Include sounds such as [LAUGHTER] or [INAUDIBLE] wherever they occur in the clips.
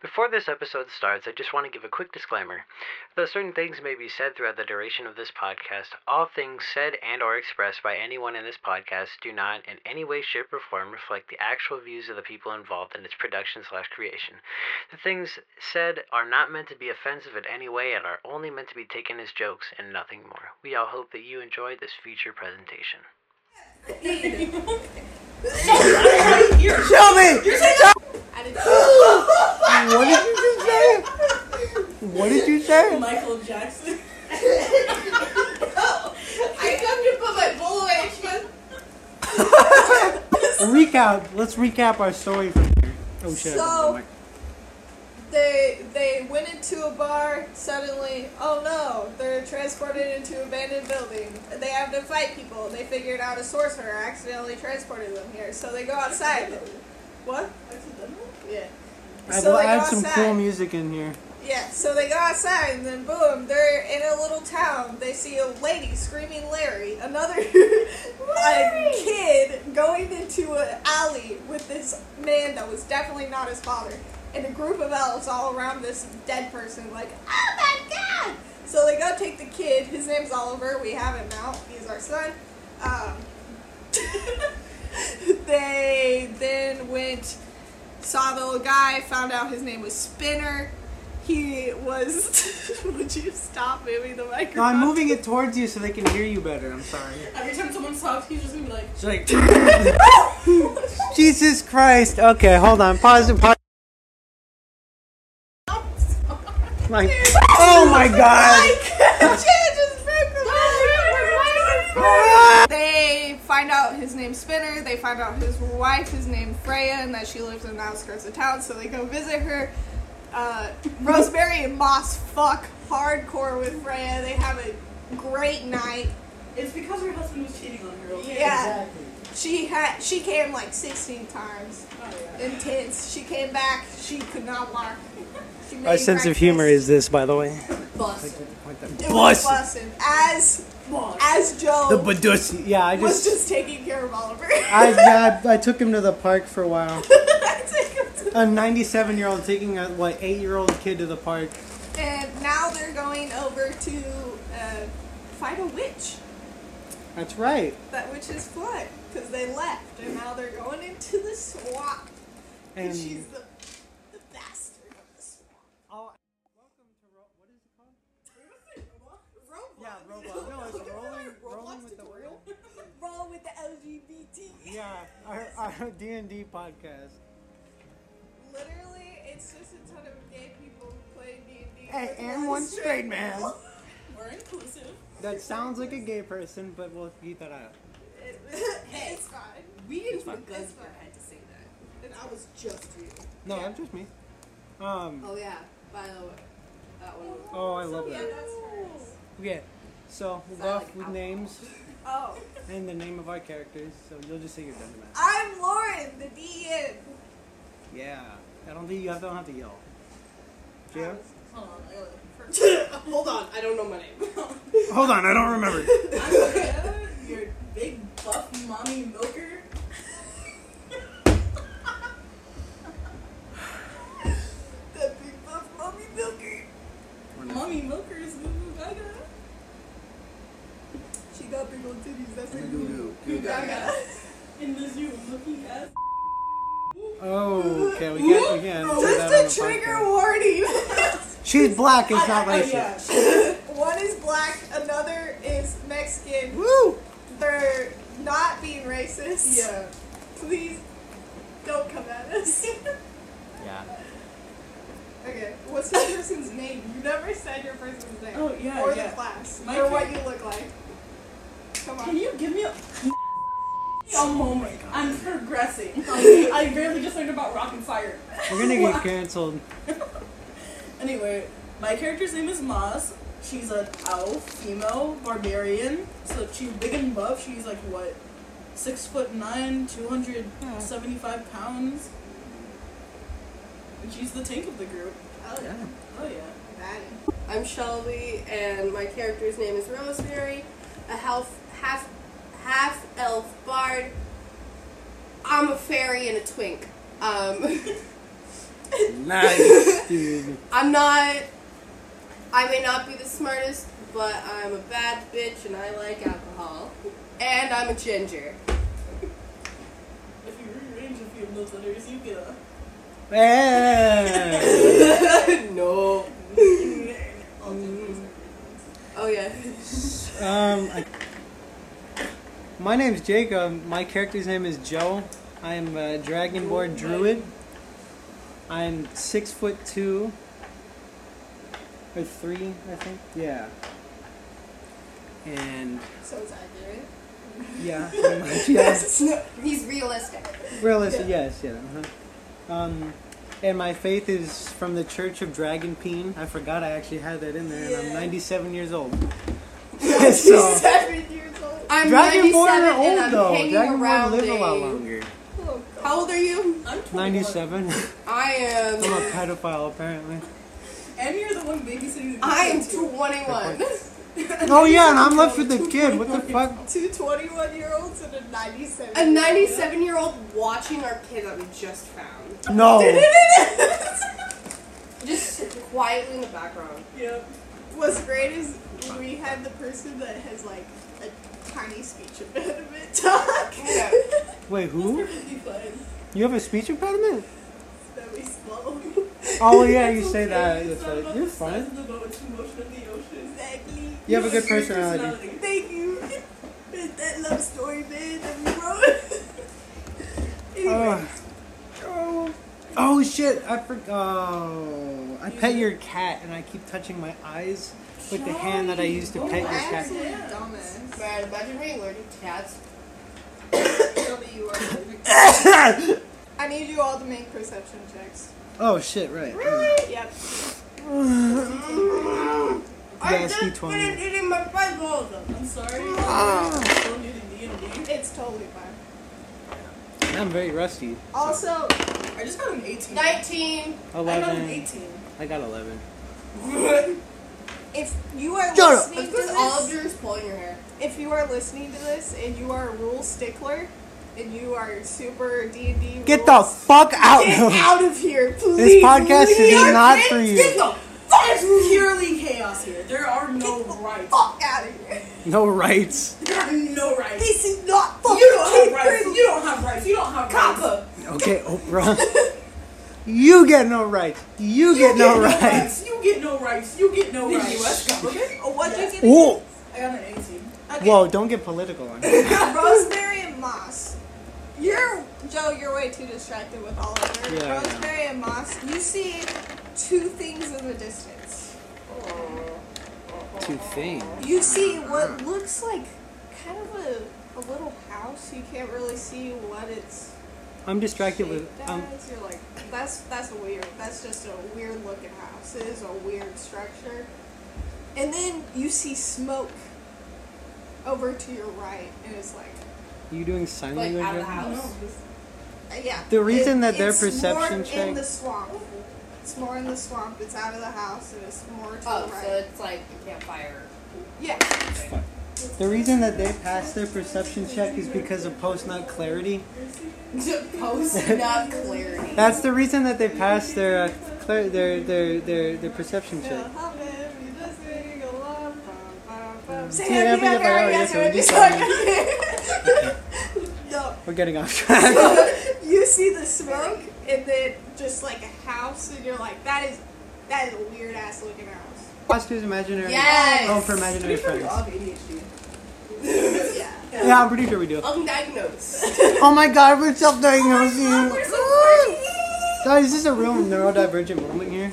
Before this episode starts, I just want to give a quick disclaimer. Though certain things may be said throughout the duration of this podcast, all things said and or expressed by anyone in this podcast do not in any way, shape, or form reflect the actual views of the people involved in its production slash creation. The things said are not meant to be offensive in any way and are only meant to be taken as jokes and nothing more. We all hope that you enjoy this feature presentation. Show me! I didn't What did you just say? What did you say? Michael Jackson. I come to put my bowl away. She goes, Recap. Let's recap our story from here. Oh shit. So- They they went into a bar. Suddenly, oh no! They're transported into abandoned building. They have to fight people. They figured out a sorcerer accidentally transported them here, so they go outside. What? Yeah. I So will they go add some cool outside. music in here. Yeah, so they go outside, and then boom, they're in a little town. They see a lady screaming Larry, another [LAUGHS] a kid going into an alley with this man that was definitely not his father, and a group of elves all around this dead person, like, oh my god! So they go take the kid. His name's Oliver. We have him now. He's our son. Um, [LAUGHS] they then went saw the little guy, found out his name was Spinner. He was. [LAUGHS] would you stop moving the microphone? No, I'm moving it towards you so they can hear you better. I'm sorry. Every time someone talks, he's just gonna be like, It's like. [LAUGHS] Jesus Christ. Okay, hold on. Pause and pause. Like, oh my god. They find out his name's Spinner. They find out his wife is named Freya and that she lives in the outskirts of town. So they go visit her. Uh, Rosemary and Moss fuck hardcore with Freya. They have a great night. it's because her husband was cheating on her. Okay? Yeah. She had she came like 16 times. Oh, Intense. She came back. She could not [LAUGHS] walk. She made Our sense of breakfast. humor is this, by the way. Bust. It was bussin'. As as Joe The Badussi. Yeah, I was just. just taking care of Oliver. I, yeah, I, I took him to the park for a while. [LAUGHS] I took him to- A 97 year old taking a what 8 year old kid to the park. and now they're going over to uh, find a witch. That's right. That witch is flood because they left, and now they're going into the swamp. And she's And the, the bastard of the swamp. Roblox. yeah, Roblox. No, [LAUGHS] it's rolling, rolling with the wheel. Roll with the LGBT. Yeah, our, our D and D podcast. Literally, it's just a ton of gay people playing D&D. Hey, with and one straight man. We're inclusive. That sounds like a gay person, but we'll keep that out. [LAUGHS] It- it's fine. We didn't fuck It's guns. fine. I had to say that. And I was just you. No, that's just me. Um. Oh yeah. By the way, that one. Was- Oh, I love Yeah, that. that's hers. Okay, so we'll go Sound off like with alcohol. names Oh. and the name of our characters. So you'll just say your gender match. I'm Lauren, the [LAUGHS] DN. Yeah. I don't think you have, don't have to yell. Yeah. Hold on. I gotta- Hold on. I don't know my name. Hold on, I don't remember. I'm Leah, your big buff mommy milker. The big buff mommy milker. Mommy milker is Lulu Gaga. She got big old titties. That's a goo goo gaga. In the zoo, looking ass. Oh, [LAUGHS] okay, we can't, we can't. do that Just a on the trigger podcast. warning. [LAUGHS] oh, She's black, it's not I- I- racist. yeah. [LAUGHS] One is black, another is Mexican. Woo! They're not being racist. Yeah. Please don't come at [LAUGHS] us. Yeah. okay, what's that person's name? You never said your person's name. Oh, yeah, Or yeah. the class. My or what you character- look like. Come on. Can you give me a, [LAUGHS] a moment? I'm progressing. [LAUGHS] Like, I barely just learned about rock and fire. We're gonna get canceled. Anyway, my character's name is Moss. She's an elf, female, barbarian. So she's big and buff. She's like what, six foot nine, two hundred seventy-five pounds. And she's the tank of the group. Oh, yeah. Oh yeah. That- I'm Shelby, and my character's name is Rosemary, a half half half elf bard. I'm a fairy and a twink. Um, [LAUGHS] Nice. dude. I'm not. I may not be the smartest, but I'm a bad bitch and I like alcohol. And I'm a ginger. [LAUGHS] If you rearrange a few of those letters, you get a. Eh. no. Oh yeah. um, I- my name's Jacob. My character's name is Joe. I am a dragonborn druid. I'm six foot two or three, I think. Yeah. And Sounds accurate. yeah, pretty much, yeah. He's realistic. Realistic, yes, yeah. uh-huh. Um, and my faith is from the Church of Dragon Peen. I forgot I actually had that in there, and I'm Yeah. 97 years [LAUGHS] old. so, Seven years old. I'm Dragonborn 97 are and old I'm though. hanging Dragonborn around live a lot a- longer. Oh, How old are you? I'm 21. [LAUGHS] 97. I I'm a am. pedophile apparently. [LAUGHS] And you're the one babysitting the I am kids, too. 21. Oh yeah, and I'm left with the kid. What the fuck? Two 21 year olds and a 97. A 97 year old watching our kid that we just found. [LAUGHS] No. Just quietly in the background. Yep. What's great is we had the person that has like a tiny speech impediment talk. [LAUGHS] Yeah. Wait, That's who? perfectly fine. You have a speech impediment? Very slow. Oh yeah, you It's say okay. that. That's It's not about right. You're the size fine. of the boat, it's the motion of the ocean. Exactly. You have a good It's your personality. personality. Thank you. It's that love story, man, that we wrote. [LAUGHS] Ugh. Oh. Oh shit! I forgot. Oh, I pet your cat, and I keep touching my eyes with the hand that I used oh to pet your cat. Absolute Yeah. dumbass. Man, imagine being allergic to cats. Tell me you are allergic. I need you all to make perception checks. Oh shit! Right. Yep. I Yes, just he told me. finished eating my puzzles. I'm sorry. I'm still new to D&D. It's totally fine. I'm very rusty. Also, I just got an 18. 19. I got an Eleven. 18. I got eleven. if you are Shut up. listening It's to because all of this, yours is pulling your hair. if you are listening to this and you are a rule stickler and you are super D and D, Get the fuck out! get out of here, please. This podcast is leave. not for Get you. the fuck! It's purely chaos here. There are no rights. Fuck out of here. [LAUGHS] No rights. There are no rights. This is not fucking you don't have rights. Caitlyn. You don't have rights. You don't have rights. Kappa. Okay, Oprah. you get no rights. You, You get, no rights. You get no rights. You get no The rights. US government? [LAUGHS] Oh, what do you get? Whoa! I got an 18. Okay. Whoa! Don't get political on me. Rosemary and Moss. You're Joe. You're way too distracted with all of her. Yeah, I know. Rosemary and Moss. You see two things in the distance. Two things. You see what looks like kind of a, a little house. You can't really see what it's I'm distracted shaped with. Um, as. You're like, that's that's weird. That's just a weird looking house. It is a weird structure. And then you see smoke over to your right, and it's like. you doing sign Like, language? out of the right now? house. Uh, Yeah. The reason that their it's perception more check- in the swamp. It's more in the swamp. It's out of the house, and it's more to Oh, the so right. it's like a campfire. Yeah. The reason that they passed their perception check is because of post nut clarity. Post not [LAUGHS] clarity. That's the reason that they passed their uh, clar- their, their their their perception check. Yeah, yeah, yeah, yeah, yeah, [LAUGHS] No, We're getting off track. [LAUGHS] you see the smoke, and then just like a house, and you're like, that is, that is a weird ass looking house. Foster's imaginary. Yes. Home for imaginary friends. Yeah. Yeah, I'm pretty sure we do. Undiagnosed. Oh my god, we're self-diagnosing. Oh, Guys, is this a real neurodivergent moment here?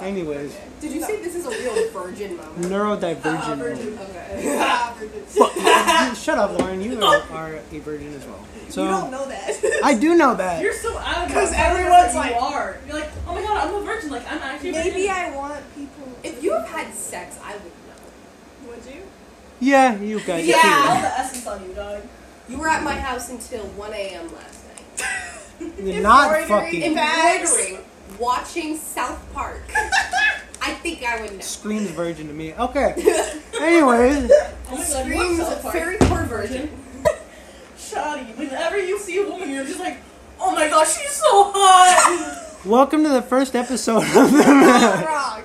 Anyways, Did you say this is a real virgin [LAUGHS] moment? neurodivergent. moment. Okay. Fuck. Shut up, Lauren. You are, are a virgin as well. You don't So know that. I do know that. You're so out of Because it. I don't know everyone's where you like- are. You're like, oh my god, I'm a virgin. Like, I'm actually. a Maybe virgin." I want people. If [LAUGHS] you have had sex, I would know. Would you? Yeah, you guys. Yeah. All Yeah. the essence on you, dog. Oh You were at my house until 1 a.m. last night. You're not Embroidery fucking. and- Facts. Embroidering, watching South [LAUGHS] Park. I think I would know. Screams virgin to me. [LAUGHS] Okay. Anyways, Oh my god, Screams you're so very poor virgin. [LAUGHS] Shoddy. Whenever you see a woman, you're just like, oh my god, she's so hot. Welcome to the first episode of the [LAUGHS] Not wrong.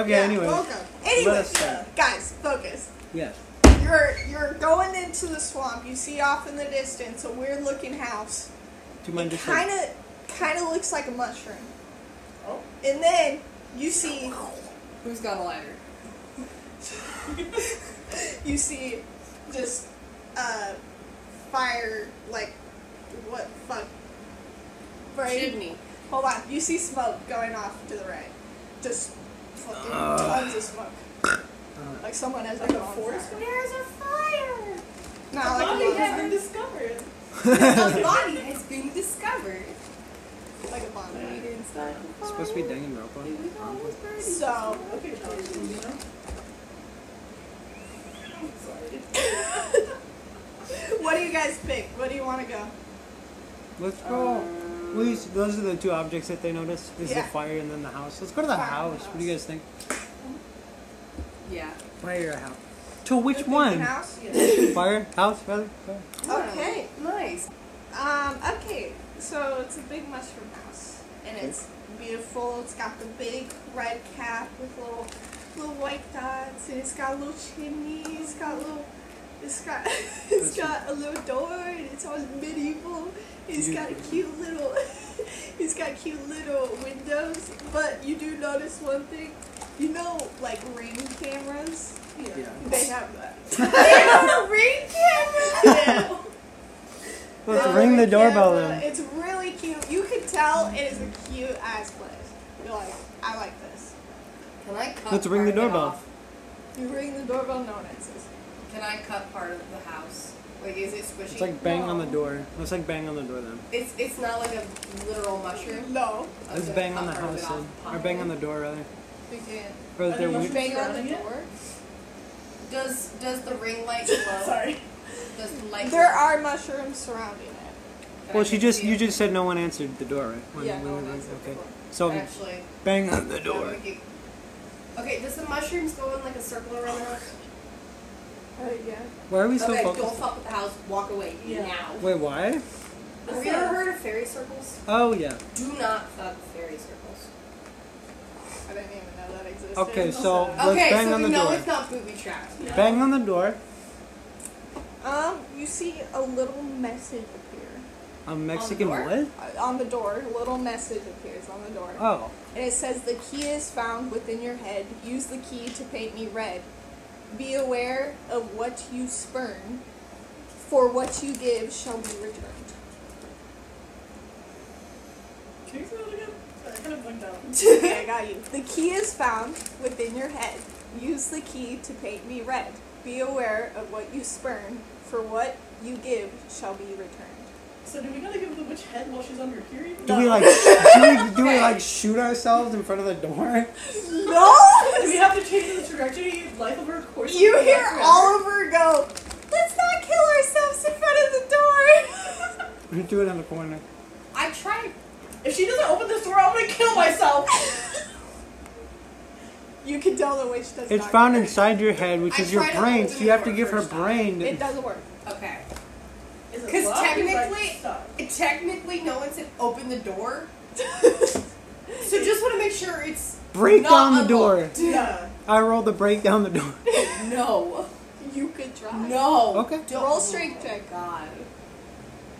Okay, Yeah, anyway. Welcome. Anyway, us start. guys, focus. Yes. You're you're going into the swamp. You see off in the distance a weird looking house. Do you mind just like, Kind of kind of looks like a mushroom. Oh. And then you see [LAUGHS] Who's got a lighter? you see just uh fire like what fuck right Chimney. hold on you see smoke going off to the right just fucking tons of smoke like someone has Uh. like a forest fire. There's a fire! no The like a body has bonfire been discovered. [LAUGHS] a body has been discovered. like a bonfire didn't start the fire. it's supposed to be Danganronpa? was almost ready. so Okay, Alex, you know. what do you guys think what do you want to go Let's go. Please, those are the two objects that they noticed. Is Yeah. the fire and then the house. Let's go to the Fire and house. house. What do you guys think? Yeah. Fire or house? To The which thinking one? house? Yeah. Fire? House? Rather? Fire. Okay. Nice. Um, okay, so it's a big mushroom house, and it's beautiful. It's got the big red cap with little little white dots, and it's got little chimney. It's got little. It's got [LAUGHS] it's got a little door, and it's all medieval. It's got a cute little. [LAUGHS] It's got cute little windows, but you do notice one thing. You know, like ring cameras. Yeah. They have that. There's a ring camera! Yeah. Let's Uh, ring the camera. doorbell then. It's really cute. You can tell it is a cute ass place. You're like, I like this. Can I cut Let's ring the part of it doorbell. off? You ring the doorbell, no one answers. Can I cut part of the house? Like, is it squishy? It's like bang on the No. door. Let's like bang on the door then. It's, it's not like a literal mushroom. No. Let's Okay, bang on the cut part of house it then. off. Or bang on the door rather. We can't. Or that I they're don't know. weird. Bang on the Surrounding it? door? Does, does the ring light glow? [LAUGHS] Sorry. Does the light There glow? are mushrooms surrounding it. Can Well, I she can just see you it? just said no one answered the door, right? When- Yeah, when no we one went- answered the Okay. door. So Actually. bang on the Yeah, door. we could- Okay, does the mushrooms go in like a circle around the house? Uh, yeah. Why are we so okay, don't focused? fuck with the house. Walk away Yeah. now. Wait, why? Have you ever heard of fairy circles? Oh yeah. Do not fuck with fairy circles. I didn't even know that existed. [LAUGHS] Okay, so let's okay, bang so on we the know door. it's not booby trapped. Bang on the door. Um, you see a little message appear. A Mexican door? what? Uh, on the door, a little message appears on the door. Oh, And it says, The key is found within your head. Use the key to paint me red. Be aware of what you spurn, for what you give shall be returned. [LAUGHS] Can you say that again? I kind of blanked out. okay, I got you. The key is found within your head. Use the key to paint me red. Be aware of what you spurn, for what you give shall be returned. [LAUGHS] So do we gotta give the witch head while she's on her period? do we like sh- do we, do we like shoot ourselves in front of the door? [LAUGHS] Do No! we have to change the trajectory of life of her course? You hear Oliver go, Let's not kill ourselves in front of the door! [LAUGHS] We do it in the corner. I tried. If she doesn't open this door, I'm gonna kill myself. You can tell the witch does It's not found care. inside your head, which I is your tried to brain. open So the you have to door give her first time. brain. It to- doesn't work. Okay. Is it 'Cause locked? Is that technically- stuck? Technically, no one said open the door. [LAUGHS] So just want to make sure it's Break not down the door. unlocked. Yeah. I roll the break down the door. [LAUGHS] No. you could try. No. Okay. Don't. Roll strength check. God.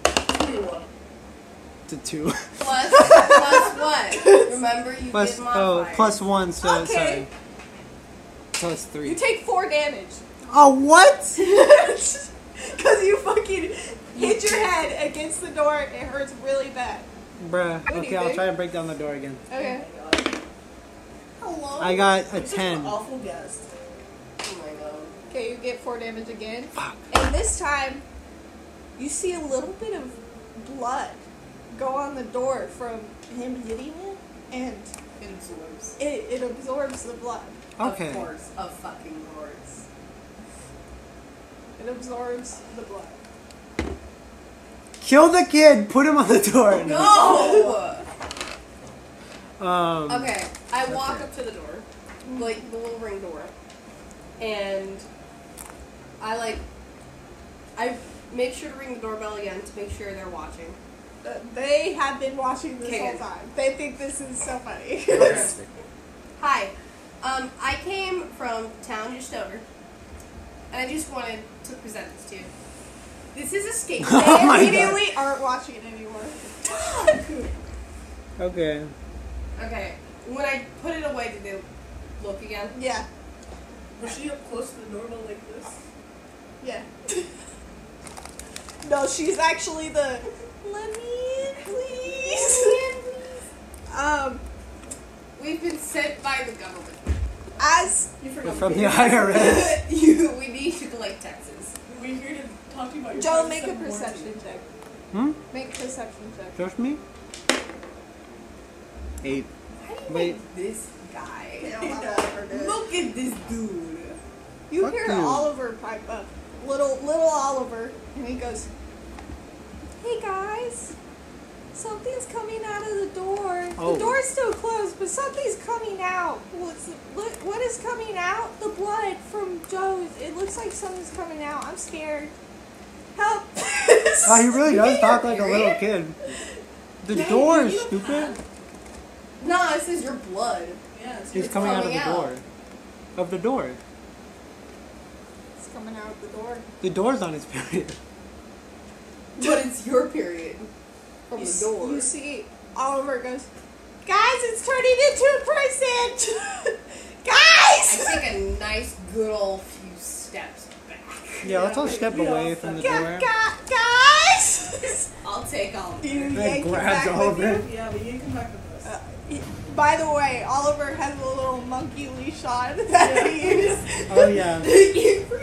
Twenty-one. It's a two. Plus, plus what? Remember you Plus did oh, modifiers. plus one. So Okay. sorry. Plus three. You take four damage. oh [LAUGHS] what? Because you fucking hit your head against the door. It hurts really bad. Bruh. do you Okay, I'll think? try to break down the door again. Okay. Oh my god. Hello. I got a You're such an ten. awful guest. Oh my god. Okay, you get four damage again. And this time, you see a little bit of blood go on the door from him hitting it, and Absorbs. it, it absorbs the blood. Of Okay. course. Of fucking course. It absorbs the blood. Kill the kid. Put him on the door. No. [LAUGHS] Um, okay. I walk Okay. up to the door, Mm. like the little ring door, and I like I make sure to ring the doorbell again to make sure they're watching. They have been watching this Kick it. whole time. They think this is so [LAUGHS] funny. Hi. Um, I came from town just over, and I just wanted to present this to you. This is a skate. [LAUGHS] Oh [LAUGHS] my they They- immediately aren't watching it anymore. [LAUGHS] Okay. okay. When I put it away, did they look again? yeah, Was she up close to the normal like this? yeah. no, she's actually the. Let me in, please. [LAUGHS] Um, We've been sent by the government. [LAUGHS] as You We're forgot. from the IRS. you, we need you to like Texas. We're here to talk to you about your Joe, friends make a and warranty. perception check. Hmm? Make perception check. [LAUGHS] Trust me? Eight. How do you Wait. like this guy? Look, Look at this dude. you Fuck hear you. Oliver pipe up, little little Oliver, and he goes, "Hey guys, something's coming out of the door. Oh. The door's still closed, but something's coming out. What's what, what is coming out? The blood from Joe. It looks like something's coming out. I'm scared. Help!" [LAUGHS] Oh, he really does Period. talk like a little kid. The Dang, door is you- stupid. No, this is your blood. Yeah, it's He's your coming out of coming the out. door. Of the door. It's coming out of the door. The door's on his period. But it's your period. From you, the s- door. you see, Oliver goes, Guys, it's turning into a prison! [LAUGHS] I Guys! take a nice, good old few steps back. Yeah, let's all wait, step we all away from the step- door. Gu- gu- guys! [LAUGHS] I'll take all. you That yank him back grabs with Oliver. you. blood. Yeah, but you can come back with us. Uh, y- By the way, Oliver has a little monkey leash on [LAUGHS] that he used. [LAUGHS] [LAUGHS] Oh, yeah. you freak.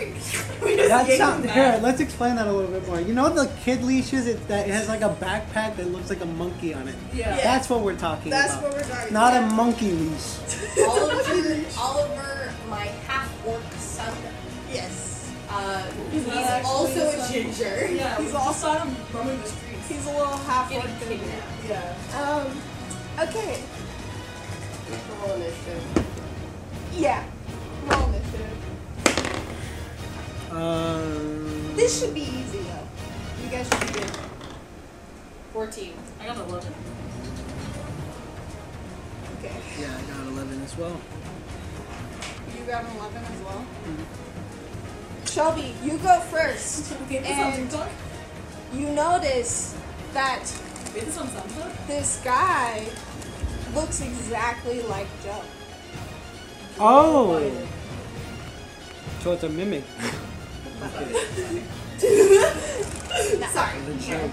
We just That's yank not him back. Here, let's explain that a little bit more. You know the kid leashes it that it has like a backpack that looks like a monkey on it. yeah. yeah. That's what we're talking That's about. what we're talking not about. a monkey leash. Oliver, Oliver, my half orc son. Yes. Uh, He's he's, not actually also the a son. ginger. Yeah, He's we all saw him roaming the streets. He's a little half Getting orc. kidnapped. yeah. Um, okay. Roll initiative. Yeah. Roll initiative. Um, This should be easy though. You guys should be good. 14. I got an 11. Okay. yeah, I got 11 as well. You got an 11 as well? Shelby, you go first. [LAUGHS] Okay, this on And- TikTok? You notice that Wait, this on SoundCloud? this guy looks exactly like Joe. [LAUGHS] Oh! So it's a mimic. Sorry. Sorry.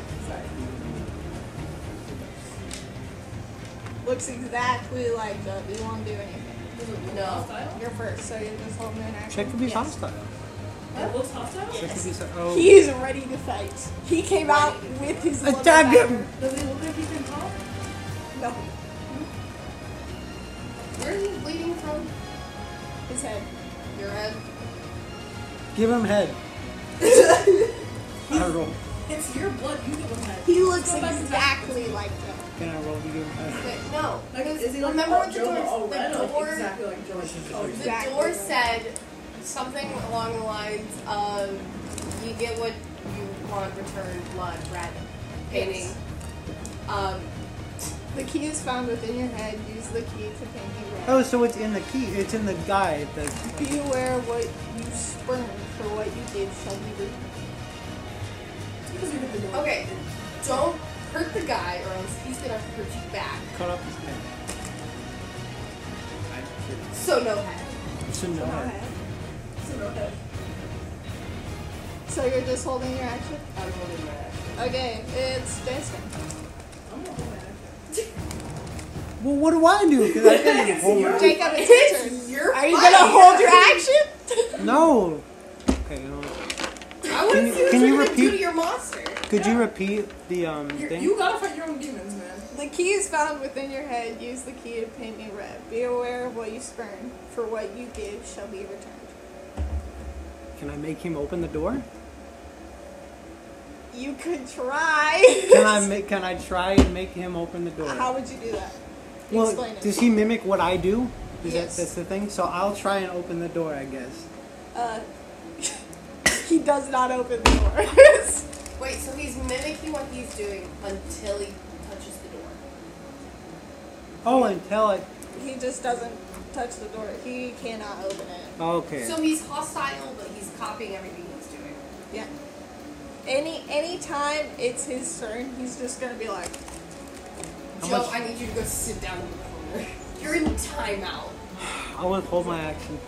Looks exactly like Joe. You won't do anything. No. Hostile? You're first, so you're just holding an action. Check could be Yes. hostile. That looks hostile? Check could be so- oh. He is ready to fight. He came out with his little Attack him! dagger. Does he look like he can talk? No, Where are you bleeding from? his head. Your head? Give him head. [LAUGHS] I roll. It's your blood, you give him head. He looks Go back to exactly like Joe. Can I roll to give [LAUGHS] him head? Wait, no. Like, because is he like remember all what the Joe, door, but all red, or, the like, door exactly like Joe? Oh, The Exactly. door said something along the lines of you get what you want returned blood red painting. Yes. Um The key is found within your head. Use the key to paint you red. Oh, so it's in the key. It's in the guide. Oh. The, Beware what you spurn for what you did shall be reaped. Because you hit the door. okay. Don't hurt the guy or else he's gonna hurt you back. cut off his head. So no head. I shouldn't have head. So no head. So you're just holding your action? I'm holding my head. Okay, it's Jay's turn. I'm gonna hold my head. Well, what do I do? [LAUGHS] Because I can't hold my Jacob, it's your turn. You're Are you gonna hold your action? No. Okay. Um, I wanna Can you- see what can [LAUGHS] you're you gonna do repeat- to your monster. could you repeat the um You're, thing? you gotta fight your own demons, man. [LAUGHS] the key is found within your head. Use the key to paint me red. Be aware of what you spurn, for what you give shall be returned. Can I make him open the door? You could try. [LAUGHS] Can I make? Can I try and make him open the door? How would you do that? well, explain it. does he mimic what I do? Is Yes. that that's the thing? So I'll try and open the [LAUGHS] door, I guess. Uh, he does not open the door. [LAUGHS] Wait, so he's mimicking what he's doing until he touches the door. Oh, until it. He just doesn't touch the door. He cannot open it. Okay. So he's hostile, but he's copying everything he's doing. Yeah. Any any time it's his turn, he's just gonna be like, How Joe, much- I need you to go sit down in the corner. [LAUGHS] You're in timeout. I want to hold my action.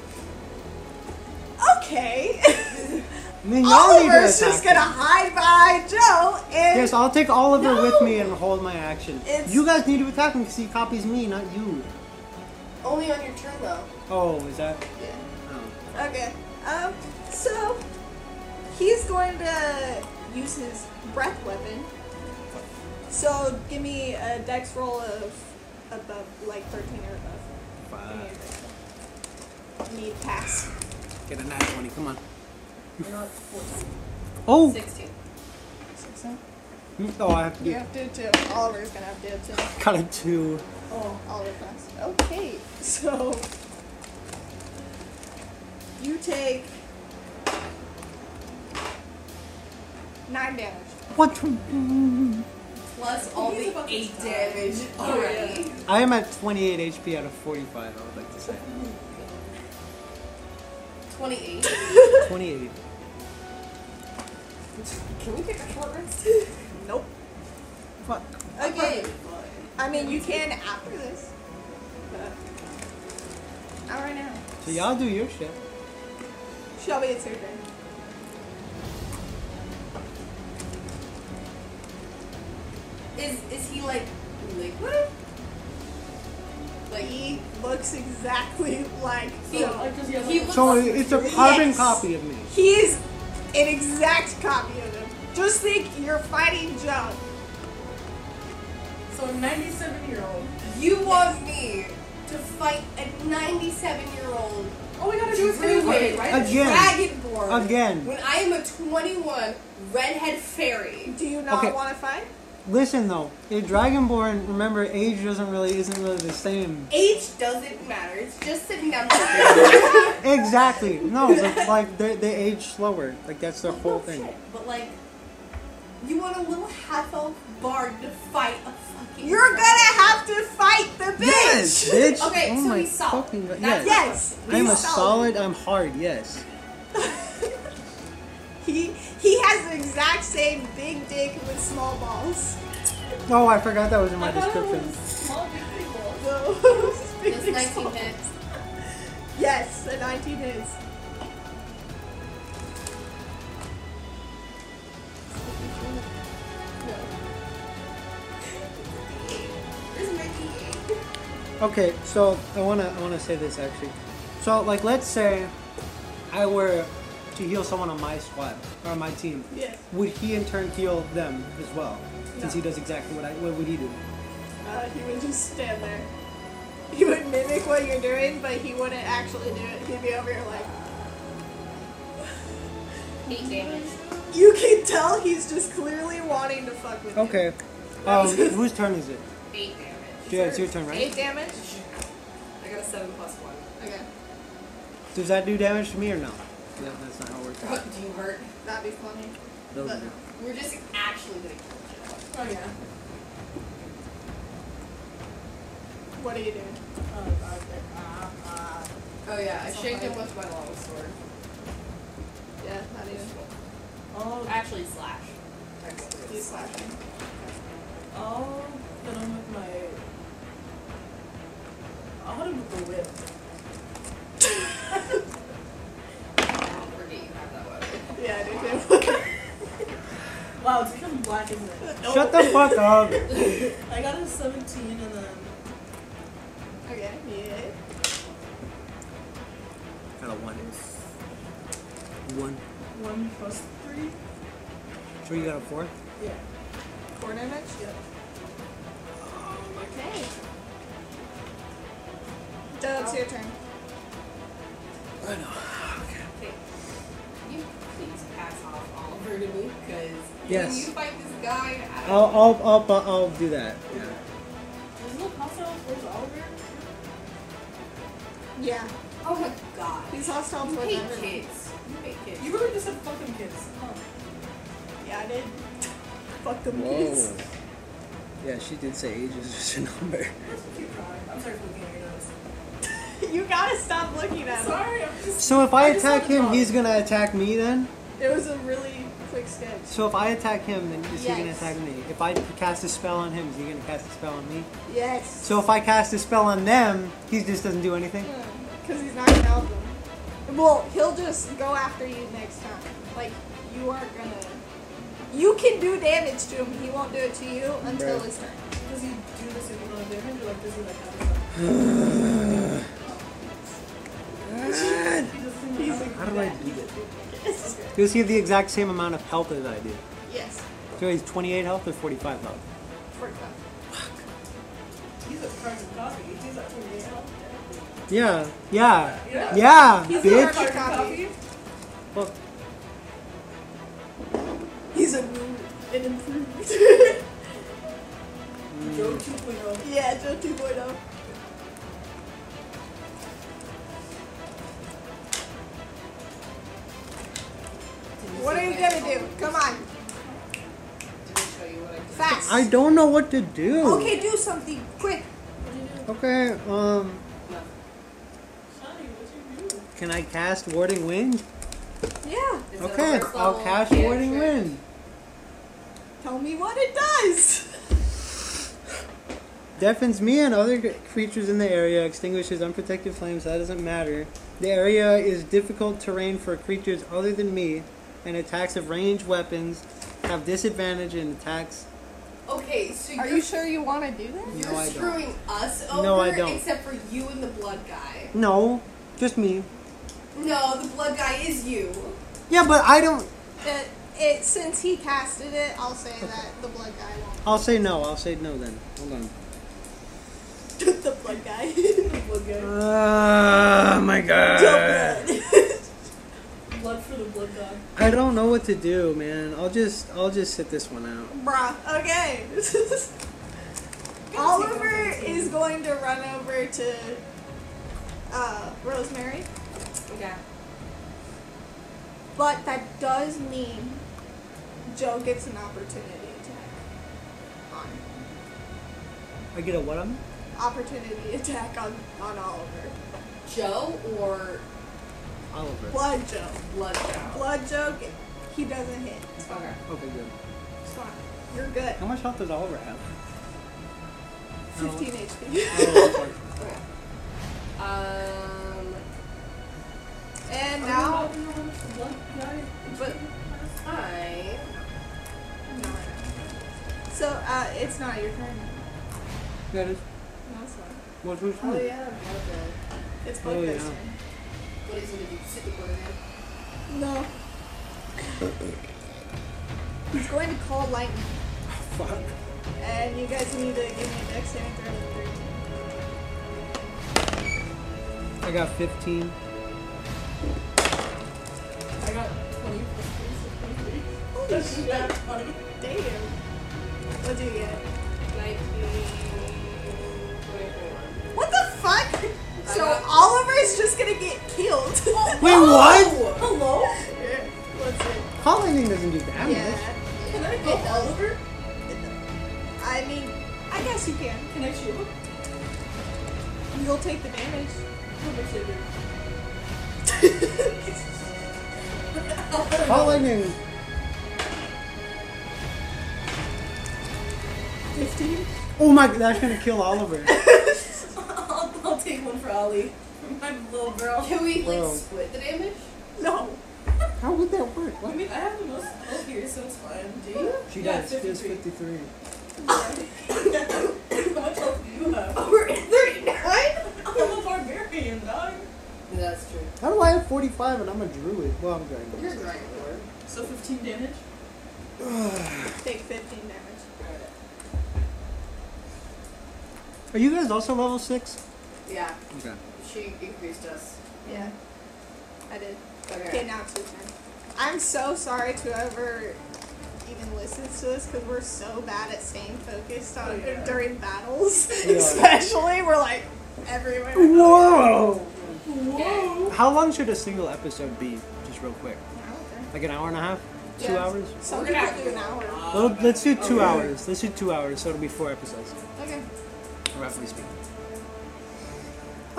okay. I mean, y'all need to Oliver's attack just gonna me. hide by Joe and Yes, I'll take Oliver with me No. and hold my action. It's- You guys need to attack him because he copies me, not you. Only on your turn, though. Oh, is that? Yeah. Oh. Okay. Um. So he's going to use his breath weapon. So give me a dex roll of above, like thirteen or above. Give me a dex roll. Need pass. Get a nat 20, come on. You're not 14. Oh! 16. Oh, I have to You get have to do it too. Oliver's gonna have to do it too. cut a 2. Oh, Oliver passed. Okay, so you take nine damage. What? Plus only He's about to 8 die. damage Oh, already. I am at 28 HP out of 45, I would like to [LAUGHS] say. 28. 28. Can we take a [LAUGHS] short rest? Nope. Fuck. Okay, But I mean you can after this. but Not right now. So y'all do your shit. Shelby, it's your turn. Is is he like liquid? Like He looks exactly [LAUGHS] like he, Joe. like, does he have he like- looks So like it's a carbon Yes. copy of me. He's an exact copy of him. Just think you're fighting Joe. So a 97 year old. you want me to fight a 97 year old Oh, we gotta do do a a three-way, three way, right? right? Again. dragonborn Again. when I am a 21 redhead fairy. Do you not Okay. want to fight? Listen though, a Dragonborn, remember, age doesn't really, isn't really the same. Age doesn't matter. It's just [LAUGHS] a number. Exactly. No, but like, [LAUGHS] they, they age slower. Like, that's their whole thing. But like, you want a little half elf bard to fight a fucking. You're gonna have to fight the bitch. Yes, bitch. Okay, oh so my he's solid. fucking god. That's- Yes. Yes, I'm a he's solid. I'm hard. Yes. [LAUGHS] He he has the exact same big dick with small balls. [LAUGHS] Oh, I forgot that was in my I thought it description. was small people. So big Does dick 19 small- hits. Yes, a 19 hits. There's a 98. Okay, so I wanna I wanna say this actually. So like, let's say I were to heal someone on my squad or on my team. Yes. Would he in turn heal them as well? Since No. he does exactly what I what would he do? Uh, he would just stand there. He would mimic what you're doing, but he wouldn't actually do it. He'd be over here like, Eight damage. you can tell he's just clearly wanting to fuck with you. Okay. [LAUGHS] Um, whose turn is it? Eight damage. Yeah, it's your turn, right? Eight damage. I got a seven plus one. Okay, Does that do damage to me or no? No, that's not how it works. What do you hurt? that'd be funny. No, no. We're just actually gonna kill each Oh, yeah. What are you doing? Oh, God. Ah, ah. other. Oh yeah, I So shake him high. with my long sword. Yeah, not even. Oh, Actually, slash. He's slashing. I'll hit him with my. I'll hit him with the whip. I forget you have that weapon. Yeah, I do too. [LAUGHS] Wow, it's become black, isn't it? Shut the fuck [LAUGHS] up. I got a 17 and then. Okay, yeah. Got a one. One. 1 plus 3? Sure, you got a four. Yeah. Four damage? Yep. Okay. Duh, it's your turn. I know. [SIGHS] Okay. Can you please pass off Oliver to me? Because Yes. Oh. you fight this guy, I I'll I'll I'll, bu- I'll do that. There's no hostile towards Oliver? Yeah. Oh my god. He's hostile You towards hate everyone. kids. You hate kids. Oh, You really just said fucking kids. Huh. Yeah. Yeah, I did. Fuck them Whoa. kids. Yeah, she did say age is just a number. Keep crying. I'm sorry for looking at your [LAUGHS] nose. You gotta stop looking at him. Sorry, I'm just. So if I just had attack a him, thought. he's gonna attack me then? It was a really quick sketch. So if I attack him, then is he gonna Yes. attack me? If I cast a spell on him, is he gonna cast a spell on me? Yes. So if I cast a spell on them, he just doesn't do anything? Because he's not gonna help him. Well, he'll just go after you next time. Like, you aren't gonna. You can do damage to him, he won't do it to you until Right. his turn. Does he do this if you don't damage or like does he like have his own? He doesn't have a- How do I do this? Does he have the exact same amount of health as I do? Yes. So he's 28 health or 45 health? For [LAUGHS] example. He's a Carson Cosby. He's at 28 health. Yeah. Yeah. Yeah. Yeah, He's a bitch. hard- Carson Cosby. Well, He's a new and improved. Joe 2.0. Yeah, Joe oh. 2.0. What are you gonna do? Come on. Fast. I don't know what to do. Okay, do something quick. Okay, um, Shani, what'd you do? can I cast Warding Wind? Yeah. Okay, I'll cast Warding Wind. Tell me what it does. Deafens me and other g- creatures in the area, extinguishes unprotected flames, that doesn't matter. The area is difficult terrain for creatures other than me, and attacks of ranged weapons have disadvantage in attacks. Okay, so Are you're, you sure you want to do that? you're No, I don't. screwing us over, No, I don't. except for you and the blood guy. No, just me. No, the blood guy is you. Yeah, but I don't. That it since he casted it, I'll say that the blood guy won't. I'll say no, I'll say no then. Hold on. the blood guy. Blood guy. Oh my god. Blood for the blood god. I don't know what to do, man. I'll just I'll just sit this one [LAUGHS] out. Bruh. [LAUGHS] Okay. Oliver is going to run over to uh, Rosemary, Okay. but that does mean Joe gets an opportunity attack on I get a what on? opportunity attack on on Oliver. Joe or Oliver. Blood Joe. blood guy? Blood Joe. get- He doesn't hit. Okay. Okay, good. It's fine. You're good. How much health does Oliver have? 15 HP. [LAUGHS] Oh, Okay. Um, and Now, now, you know how much the blood guy but I. so uh, it's not your turn. that is. No, it's not. What's which Oh one? yeah, blood guy. It's Oh, Blood Guy's yeah. turn. What is it? Did you sit the blood guy? No. He's going to call lightning, Fuck. and you guys need to give me a dex saving throw of 13. I got 15. I got 20 plus 3, so 23. That's not that funny. Damn. What do you get? Nineteen. Twenty-four. mm, What the fuck? I So got- Oliver's just gonna get killed. [LAUGHS] Wait, what? Hello? Here, Let's see. Call lightning doesn't do damage. Yeah. Can I go Oliver? I mean, I guess you can. Can I shoot him? You'll take the damage. How much did Call lightning. 15? Oh my god, that's gonna kill Oliver. I'll, I'll take one for Ollie. My little girl. Can we like Bro. split the damage? No. How would that work? I What? mean, I have the most health here, so it's fine. Do you? [LAUGHS] She yeah, does. She has 53. 53. How much health do you have? We're at 39? [LAUGHS] I'm a barbarian, dog. That's true. How do I have 45 and I'm a druid? Well, I'm dragon. You're a dragon lord. So 15 damage? Take 15 damage. Are you guys also level 6? Yeah, Okay. she increased us. Yeah. I did. Okay, Okay. now it's your turn. I'm so sorry to whoever even listens to this because we're so bad at staying focused on Oh, yeah. during [LAUGHS] battles. [LAUGHS] Yeah. Especially, we're like everywhere. Whoa! Whoa. How long should a single episode be? Just real quick. I don't care. Like an hour and a half? Two hours? Some We're people not do an hour. Ah. Well, let's do two hours. Let's do two hours, so it'll be four episodes, Okay. roughly speaking.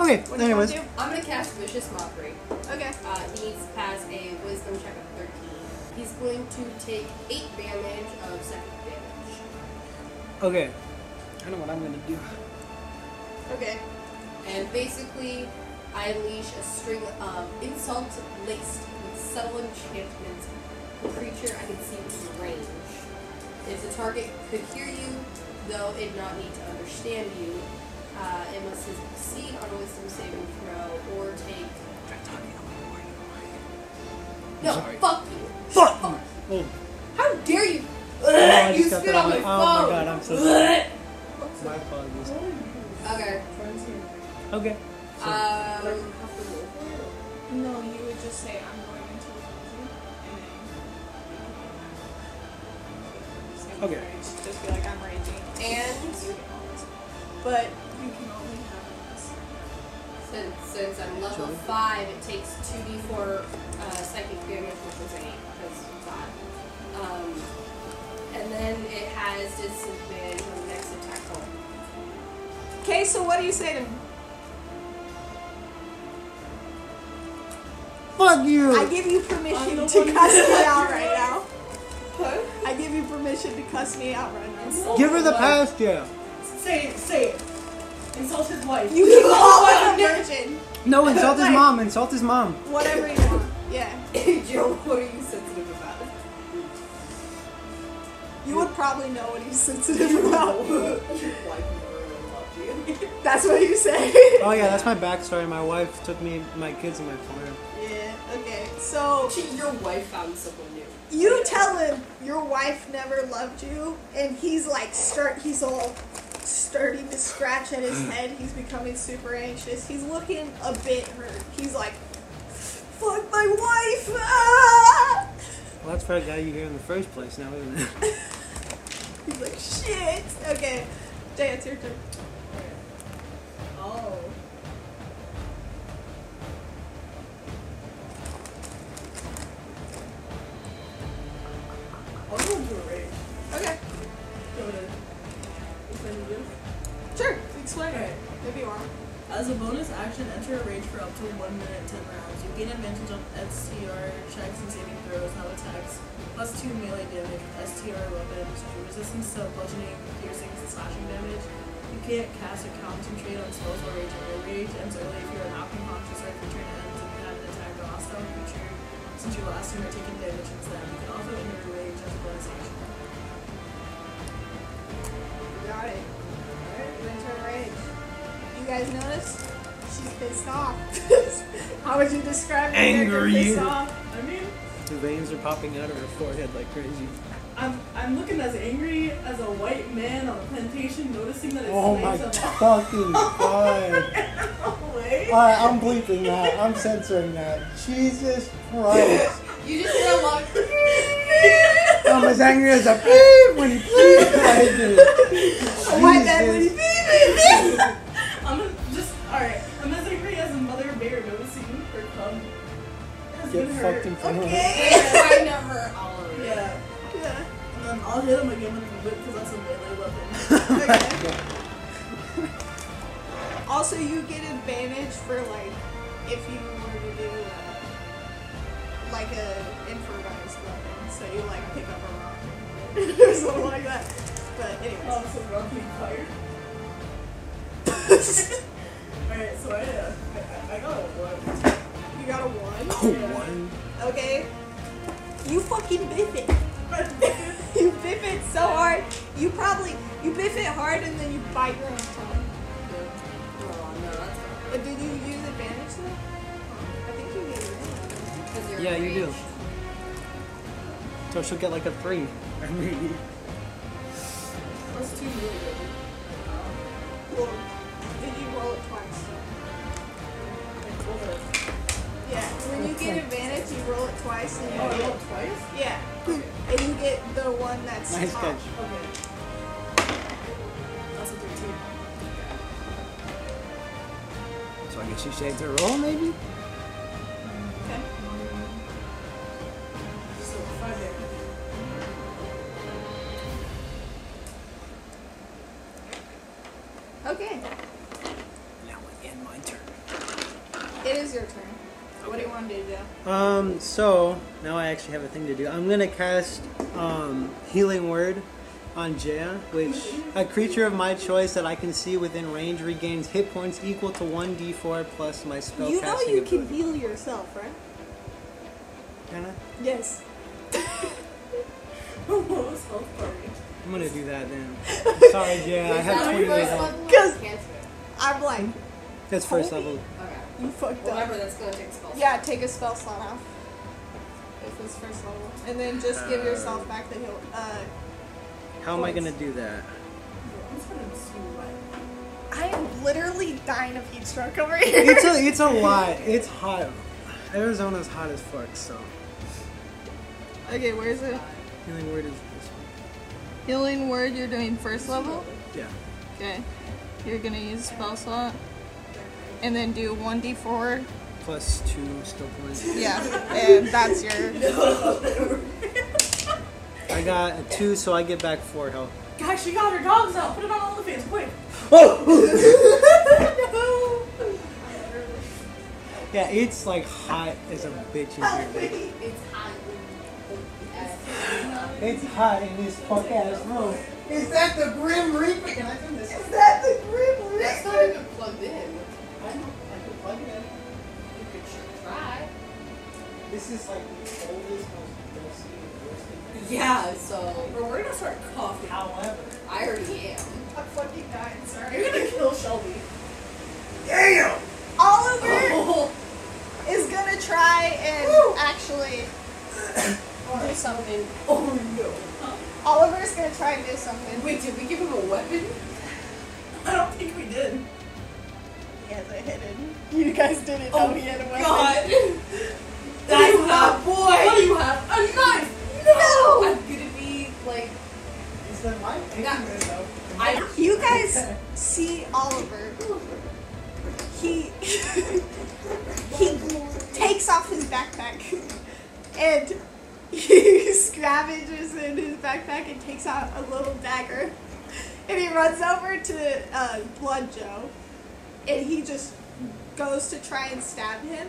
Okay, What do you want anyways. to do? I'm gonna cast Vicious Mockery. Okay. Uh, he needs to pass a Wisdom check of 13. He's going to take 8 damage of psychic damage. Okay. I know what I'm gonna do. Okay. And basically, I unleash a string of insults laced with subtle enchantments. The creature I can see within range. If the target could hear you, though it not need to understand you, uh, it must succeed on a wisdom saving throw or take. No, Sorry. fuck you! Fuck! Oh, How dare you! I you just got spit that on on my phone! my- oh my God, I'm [LAUGHS] so sorry. my apologies. okay. Okay. Um, No, you would just say I'm going into the dungeon, and then. Just gonna Okay. rage. Just be like I'm raging. and But you can only have this. Since, since I'm level 5, it takes 2d4 uh, psychic damage, which was 8, because it's hot. Um, and then it has disadvantage on the next attack roll. Okay, so what do you say to me? Fuck you! I give you permission I'm the to one cuss who- me out right now. I give you permission to cuss me out right now. Give her the What? pass, yeah. Oh, Say it, say it. Insult his wife. You can call her a virgin. [LAUGHS] No, insult his mom, insult his mom. Whatever you want. Yeah. Joe, what are you sensitive about? You would probably know what he's sensitive about. [LAUGHS] Wife [LAUGHS] never That's what you say. Oh yeah, that's my backstory. My wife took me, my kids, and my farm. yeah, okay. So She, your wife found someone new. you tell him your wife never loved you, and he's like start he's all starting to scratch at his head, he's becoming super anxious. He's looking a bit hurt. He's like, Fuck my wife! Ah! Well, that's why I got you here in the first place, now, isn't it? [LAUGHS] He's like, shit. Okay, Jay, it's your turn. Oh. I'll go into a rage. Okay, Oh, Go ahead. If I need to. sure. Explain Alright. it if you want. As a bonus action, enter a rage for up to 1 minute 10 rounds. You gain advantage on STR checks and saving throws, not attacks. Plus 2 melee damage, with STR weapons, resistance to bludgeoning, piercing, and slashing damage. You can't cast or concentrate on spells while raging. Your rage ends early if you are knocked unconscious or if your turn ends and you have an attack or hostile creature since your last turn or taken damage since then. You can also enter a rage as a bonus action. Got it. Alright, you enter a rage. You guys notice? She's pissed off. How would you describe the character Angry. pissed off? I mean, The veins are popping out of her forehead like crazy. I'm, I'm looking as angry as a white man on a plantation noticing that it's Oh my nice [LAUGHS] [LAUGHS] up fucking god! away. Alright, I'm bleeping that. I'm censoring that. Jesus Christ! You just hear a lot [LAUGHS] of. I'm as angry as a beep when he bleeps like this. [LAUGHS] A white man when he Jesus. I'm a- just alright. I'm as angry as a mother bear noticing her cub has Get been hurt. Oh, fucked in front of her. Okay. I number all of it. Yeah, Yeah. and then I'll hit him again with a whip because that's a melee weapon. [LAUGHS] Okay. [LAUGHS] also, you get advantage for like if you were to do uh, like a improvised weapon, so you like pick up a rock [LAUGHS] or something like that. But anyways, oh, so rocky fire. Alright, so I, uh, I- I, I got a one. [LAUGHS] you got a one. One. Okay. You fucking biff it. [LAUGHS] But you biff it so hard. You probably you biff it hard and then you bite your own tongue. Oh, no, that's not. But did you use advantage though? I think you get advantage. 'cause you're Yeah, you do. enraged. So she'll get like a three. [LAUGHS] plus two melee Um, weapon. Well, did you roll it twice? I rolled a- Yeah. When you get advantage, you roll it twice and you Oh, I get rolled twice? yeah, and you get the one that's nice top. catch. Okay. That's a 13. So I guess she saved her roll, maybe? Okay. So, five damage. [LAUGHS] It is your turn. What do you want to do? Um, so now I actually have a thing to do. I'm gonna cast um, Healing Word on Jaya, which a creature of my choice that I can see within range regains hit points equal to one d4 plus my spell you know casting you can ability. heal yourself, right? Can I? Yes. Almost health party. I'm gonna do [LAUGHS] that then. Sorry, Jaya. I have 20 years old. Because- Because. I'm like, That's first level. Okay. you fucked up. Whatever, that's gonna take a spell. Yeah, take a spell slot off. If it's first level. And then just give yourself back the heal. Uh, How am I Points. gonna do that? I'm just gonna see what. I am literally dying of heat stroke over here. [LAUGHS] It's a [LAUGHS] it's a lot. It's hot. Arizona's hot as fuck. So okay, where's it? Healing Word is this one. Healing word you're doing first level? Yeah. Okay. You're gonna use spell slot. And then do 1d4. Plus two skill points. Yeah. And that's your. I got a two, so I get back four [LAUGHS] health. Guys, she got her dogs out. Put it on all the fans, quick. [LAUGHS] Yeah, it's like hot as a bitch in here. dude. It's hot. As- It's hot in this fuck ass room. Is that the Grim Reaper? Can I turn this? Is That's the grim That's not even plugged in. I don't. I can plug it in. You could sure try. This is like the oldest, most dusty. Yeah. So Or we're gonna start coughing. However, I already am. I'm fucking dying, sorry. You're gonna kill Shelby. damn. Oliver is gonna try and actually do something. Oh no. Oliver's gonna try and do something. Wait, did we give him a weapon? I don't think we did. He has a hidden. You guys didn't know he had a weapon. God. That's you have, my boy. What do you have? A knife. No! I'm gonna be like. Is that my I. You guys see Oliver. He he takes off his backpack and he scravages in his backpack and takes out a little dagger. And he runs over to uh, Blood Joe and he just goes to try and stab him.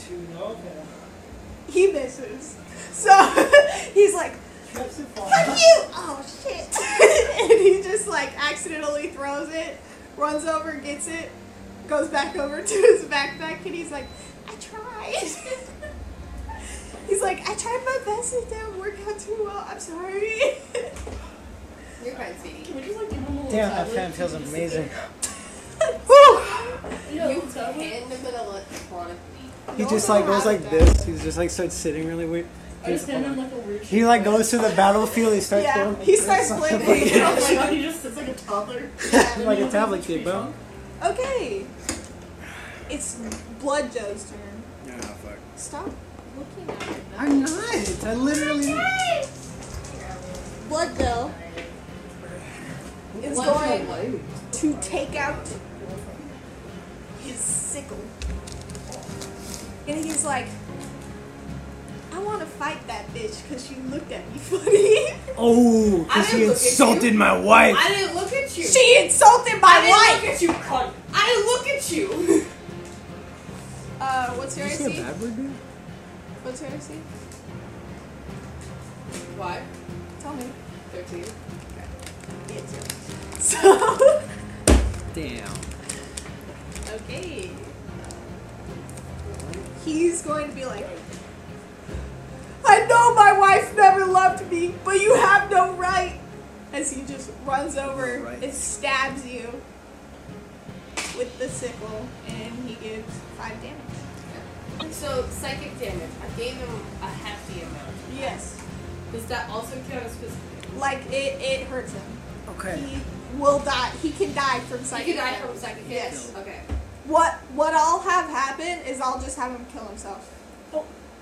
To know that. He misses. So [LAUGHS] he's like, Trips and Fuck you! Oh shit! [LAUGHS] and he just like accidentally throws it, runs over, gets it, goes back over [LAUGHS] to his backpack, and he's like, I [LAUGHS] tried. he's like, I tried my best, it didn't work out too well. I'm sorry. [LAUGHS] You're fine, sweetie. Can we just like give him a little Damn, that tablet? fan feels amazing. Yeah, you little tablet. hand him an electronic lead. He just like goes like this. He just like starts sitting really weird. I just hand him like a weird. He like goes to the battlefield. He starts Yeah, going. he starts blaming. oh my god, he just sits like a toddler. like a tablet kid, bro. okay. It's Blood Joe's turn. Yeah, fuck. Stop looking at him. I'm not. I literally. Blood Joe is One going away. to take out his sickle. And he's like, I want to fight that bitch because she looked at me [LAUGHS] funny. Oh, I because didn't he look at insulted my wife. I didn't look at you. she insulted my I didn't wife. look at you, cunt. I didn't look at you. Uh, what's your Did you see AC? a bad word, dude? What's your AC? [LAUGHS] Why? Tell [LAUGHS] me. Thirteen. It's yours. So, Damn. Okay. he's going to be like, I know my wife never loved me, but you have no right. As he just runs over Right. and stabs you with the sickle, and he gives five damage. So psychic damage. I gave him a hefty amount. Yes. Does that also count as physical? Like it, it hurts him. Okay. He will die. He can die from I psychic. could die damage. from psychic damage. Yes. Okay. What what I'll have happen is I'll just have him kill himself.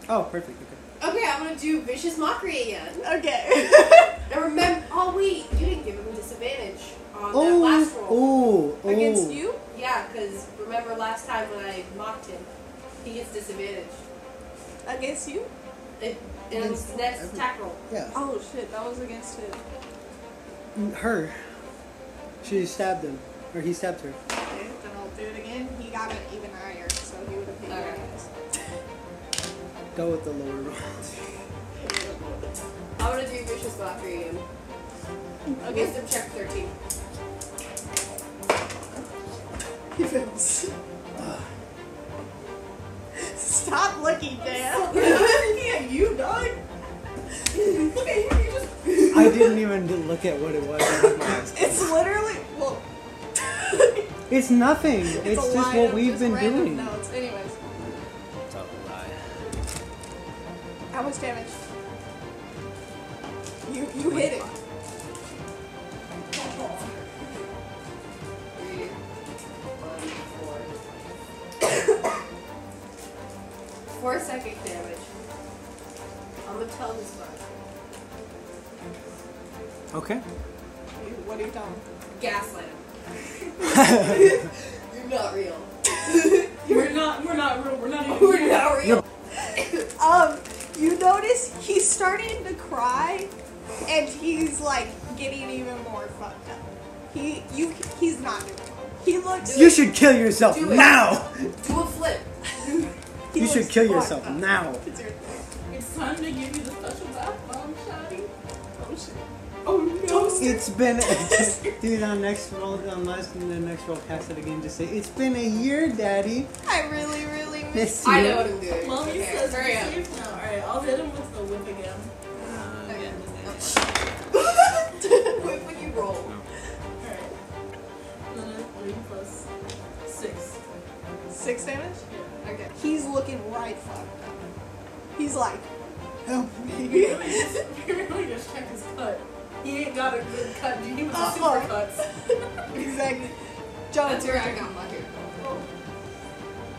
Oh, perfect. Okay. Okay, I'm gonna do vicious mockery again. Okay. And remember, oh wait, you didn't give him disadvantage on that last Oh, roll. oh, oh. [LAUGHS] Against you? Yeah, because remember last time when I mocked him, he gets disadvantage. Against you? It, and it was Against next every- attack roll. Yeah. Oh shit, that was against it. Her. She stabbed him, or he stabbed her. Okay. got it even higher, so he would have paid Okay. anyways. Go with the lower roll. I'm gonna do vicious go after you. Okay. Wisdom check 13. He fails. Stop looking, [LAUGHS] Dan. yeah, you [LAUGHS] dog. I didn't even look at what it was. I had my eyes closed. It's literally well. [LAUGHS] It's nothing. It's, a just line what of we've just been random doing. Notes. Anyways, It's a lie. how much damage? You you hit it. Three, one, four. [COUGHS] Four psychic damage. I'm gonna tell this one. Okay. You, what are you doing? Gaslight him. [LAUGHS] You're not real. We're not. We're not real. We're not. Even, You're not real. Um, you notice he's starting to cry, and he's like getting even more fucked up. He you he's not doing. Well. He looks. You should kill yourself Do it. now. Do a flip. he you should looks kill fucked yourself up. now. It's your thing. it's time to give you the special bath bomb, shawty. Oh shit. Oh no. It's [LAUGHS] been dude on next roll on last and the next roll cast it again just say it's been a year, Daddy. I really, really miss. [LAUGHS] This I year. know what I'm doing. Mommy okay, says hurry we're up. safe now. All right, I'll hit him with the whip again. Okay. Wait, When you roll. All right. Another three plus six. Six damage. Yeah. Okay. He's looking right fucked up. He's like, help me. [LAUGHS] Really just, really just check his cut. He ain't got a good cut. dude. He was Oh, a super fuck. cuts. exactly. John, That's it's your where I turn. got my hair.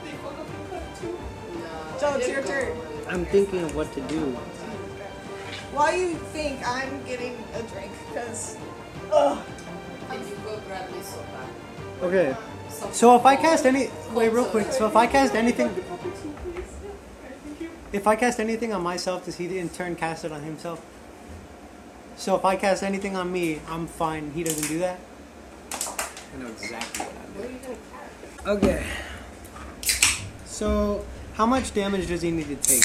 They fuck up the cut too. No. Joe, I it's did your go turn. over there. I'm thinking of what to do. While you think, I'm getting a drink because, ugh. Did you go grab me soap? Okay. So if I cast any wait real Cold quick, so if I cast anything if I cast anything on myself, does he in turn cast it on himself? So if I cast anything on me, I'm fine. He doesn't do that? I know exactly what I'm What are you gonna Okay. So how much damage does he need to take?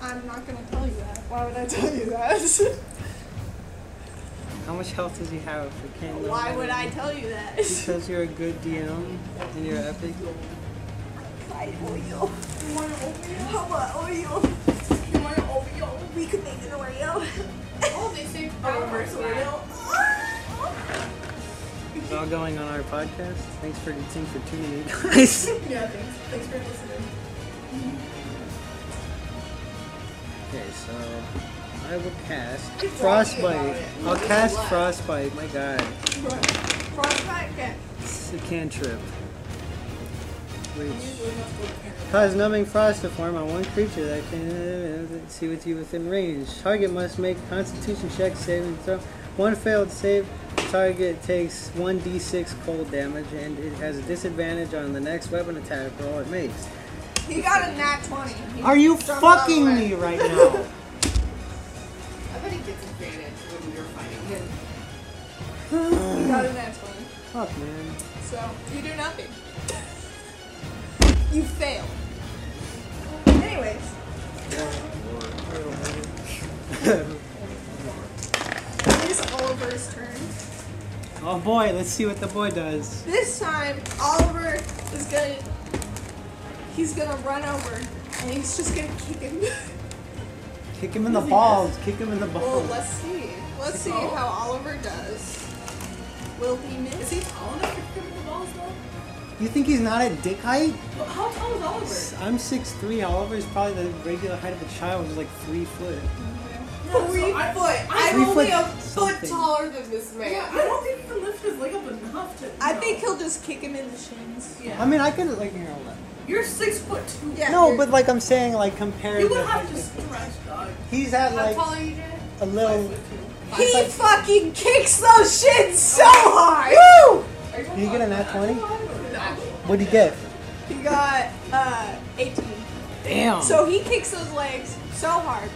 I'm not gonna tell you that. Why would I tell you that? [LAUGHS] How much health does he have for Candle? Why would I tell you that? Because you're a good DM and you're epic. I owe you. You want an Oreo? How about Oreo? You want an Oreo? We could make an Oreo. [LAUGHS] Oh, they saved A reverse Oreo? It's all going on our podcast. Thanks for thanks for tuning in, guys. [LAUGHS] Yeah, thanks. Thanks for listening. okay, so I will cast frostbite. I'll cast frostbite. My God, Frostbite can. it's a cantrip. Which Usually not good. cause numbing frost to form on one creature that can uh, see with you within range. Target must make Constitution check, saving throw. One failed save. Target takes 1d6 cold damage and it has a disadvantage on the next weapon attack roll it makes. He got a nat 20. He Are you jumped out of fucking the way. me right now? I bet he gets advantage when you're fighting him. He got a nat 20. [LAUGHS] Fuck, man. So you do nothing. You fail. Anyways, it is Oliver's turn. Oh boy, let's see what the boy does. This time, Oliver is gonna. He's gonna run over and he's just gonna kick him. [LAUGHS] Kick him in the balls. Kick him in the well, balls. let's see. Let's see how Oliver does. Will he miss? Is he tall enough to pick up the balls though? You think he's not at dick height? Well, How tall is Oliver? I'm 6'3. Oliver's probably the regular height of a child, who's like 3 foot. Three so I- foot. I'm Three only foot a. Foot something. taller than this man. Yeah, I don't think he can lift his leg up enough to. I no. think he'll just kick him in the shins. Yeah. I mean, I could like narrow that. You're six foot two. Yeah. No, you're- but like I'm saying, like compared You to. would have to stretch, dog. He's at How like tall are you, Jay? a little. Five foot two. Five he foot- fucking kicks those shins so hard. Woo! Are talking Did you get a about nat the 20? actual height or the actual- What'd he get? He got uh 18. Damn. So he kicks those legs so hard,